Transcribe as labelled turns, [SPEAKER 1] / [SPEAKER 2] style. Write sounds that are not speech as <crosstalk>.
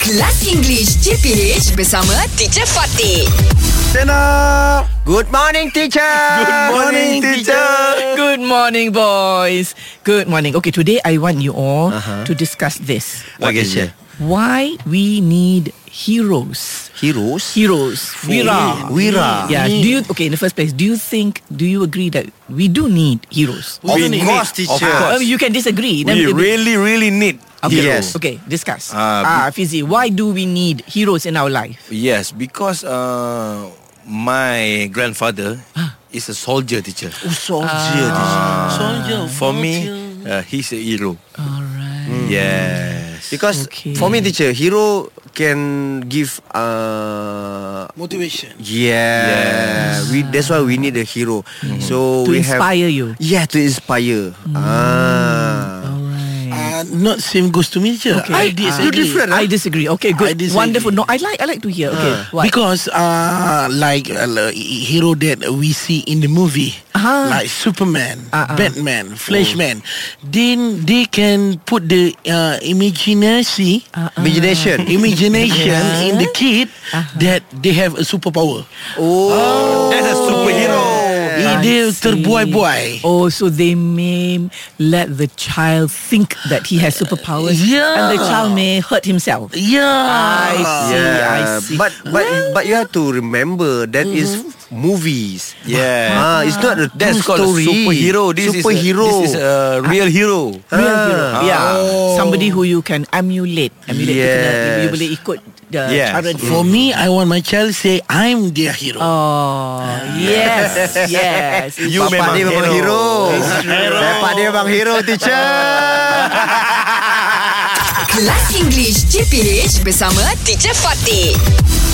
[SPEAKER 1] Kelas English CPH bersama Teacher Fatih.
[SPEAKER 2] Stand up.
[SPEAKER 3] Good morning, teacher. Good
[SPEAKER 4] <laughs> Good morning, boys. Good morning. Okay, today I want you all to discuss this.
[SPEAKER 3] What
[SPEAKER 2] Okay,
[SPEAKER 3] is
[SPEAKER 2] sure.
[SPEAKER 3] it?
[SPEAKER 4] Why we need heroes?
[SPEAKER 3] Heroes.
[SPEAKER 4] Heroes. Wira.
[SPEAKER 3] Wira.
[SPEAKER 4] Yeah. Do you okay? In the first place, do you think? Do you agree that we do need heroes?
[SPEAKER 3] Of
[SPEAKER 2] We need-
[SPEAKER 3] course,
[SPEAKER 2] of
[SPEAKER 3] teacher.
[SPEAKER 4] Ah,
[SPEAKER 2] course.
[SPEAKER 4] I mean, you can disagree. Then
[SPEAKER 2] We
[SPEAKER 4] maybe-
[SPEAKER 2] really, really need.
[SPEAKER 3] Um,
[SPEAKER 4] okay.
[SPEAKER 3] Yes.
[SPEAKER 4] Okay. Discuss.
[SPEAKER 2] Ah,
[SPEAKER 4] Ah, Fizi, why do we need heroes in our life?
[SPEAKER 2] Yes, because uh, my grandfather is a soldier teacher.
[SPEAKER 3] Soldier, Ah.
[SPEAKER 2] soldier. For me, uh, he's a hero.
[SPEAKER 4] All right.
[SPEAKER 2] Yes.
[SPEAKER 3] Because
[SPEAKER 4] Okay.
[SPEAKER 3] for me, teacher, hero can give uh
[SPEAKER 5] Motivation.
[SPEAKER 3] yeah. We that's why we need a hero. So
[SPEAKER 4] To
[SPEAKER 3] we
[SPEAKER 4] inspire
[SPEAKER 3] have,
[SPEAKER 4] you.
[SPEAKER 3] Yeah, to inspire. Ah.
[SPEAKER 4] All right.
[SPEAKER 5] Uh, not same goes to me, teacher. I
[SPEAKER 4] Ah,
[SPEAKER 5] disagree.
[SPEAKER 3] you different.
[SPEAKER 4] I disagree. Okay,
[SPEAKER 5] I
[SPEAKER 4] good.
[SPEAKER 5] disagree.
[SPEAKER 4] Wonderful. No, I like I like to hear. Okay, why?
[SPEAKER 5] Because uh, like uh, l- hero that we see in the movie,
[SPEAKER 4] Ah.
[SPEAKER 5] like Superman,
[SPEAKER 4] Ah, ah.
[SPEAKER 5] Batman, Flashman, then they can put the uh, imagination,
[SPEAKER 3] Imagination.
[SPEAKER 5] <laughs>
[SPEAKER 4] Uh-uh.
[SPEAKER 5] imagination
[SPEAKER 4] Yeah. Uh-huh.
[SPEAKER 5] in the kid that they have a superpower.
[SPEAKER 3] Oh.
[SPEAKER 2] That's a superhero.
[SPEAKER 4] I
[SPEAKER 5] Dia
[SPEAKER 4] see.
[SPEAKER 5] terbuai-buai.
[SPEAKER 4] Oh, so they may let the child think that he has superpowers,
[SPEAKER 5] Yeah.
[SPEAKER 4] and the child may hurt himself. Oh. I
[SPEAKER 5] Yeah.
[SPEAKER 4] see. I
[SPEAKER 3] Yeah,
[SPEAKER 4] see.
[SPEAKER 3] but but but you have to remember that is movies.
[SPEAKER 2] Yeah.
[SPEAKER 3] Ah, it's not a true
[SPEAKER 2] That's called a
[SPEAKER 3] story.
[SPEAKER 2] superhero. This
[SPEAKER 3] superhero.
[SPEAKER 2] is a, this is a real hero.
[SPEAKER 4] Real hero.
[SPEAKER 3] Ah.
[SPEAKER 4] Yeah, somebody who you can emulate. Emulate. Kita kena- You
[SPEAKER 3] Yes.
[SPEAKER 4] boleh ikut the
[SPEAKER 2] Yes.
[SPEAKER 4] cara dia.
[SPEAKER 5] For me, I want my child say I'm their hero.
[SPEAKER 4] Oh, yes, yes.
[SPEAKER 2] You
[SPEAKER 3] Bapak
[SPEAKER 2] memang
[SPEAKER 3] dia memang
[SPEAKER 2] hero.
[SPEAKER 3] hero. hero. Bapak dia memang hero, <laughs> teacher.
[SPEAKER 1] Kelas English CPH bersama Teacher Fatih.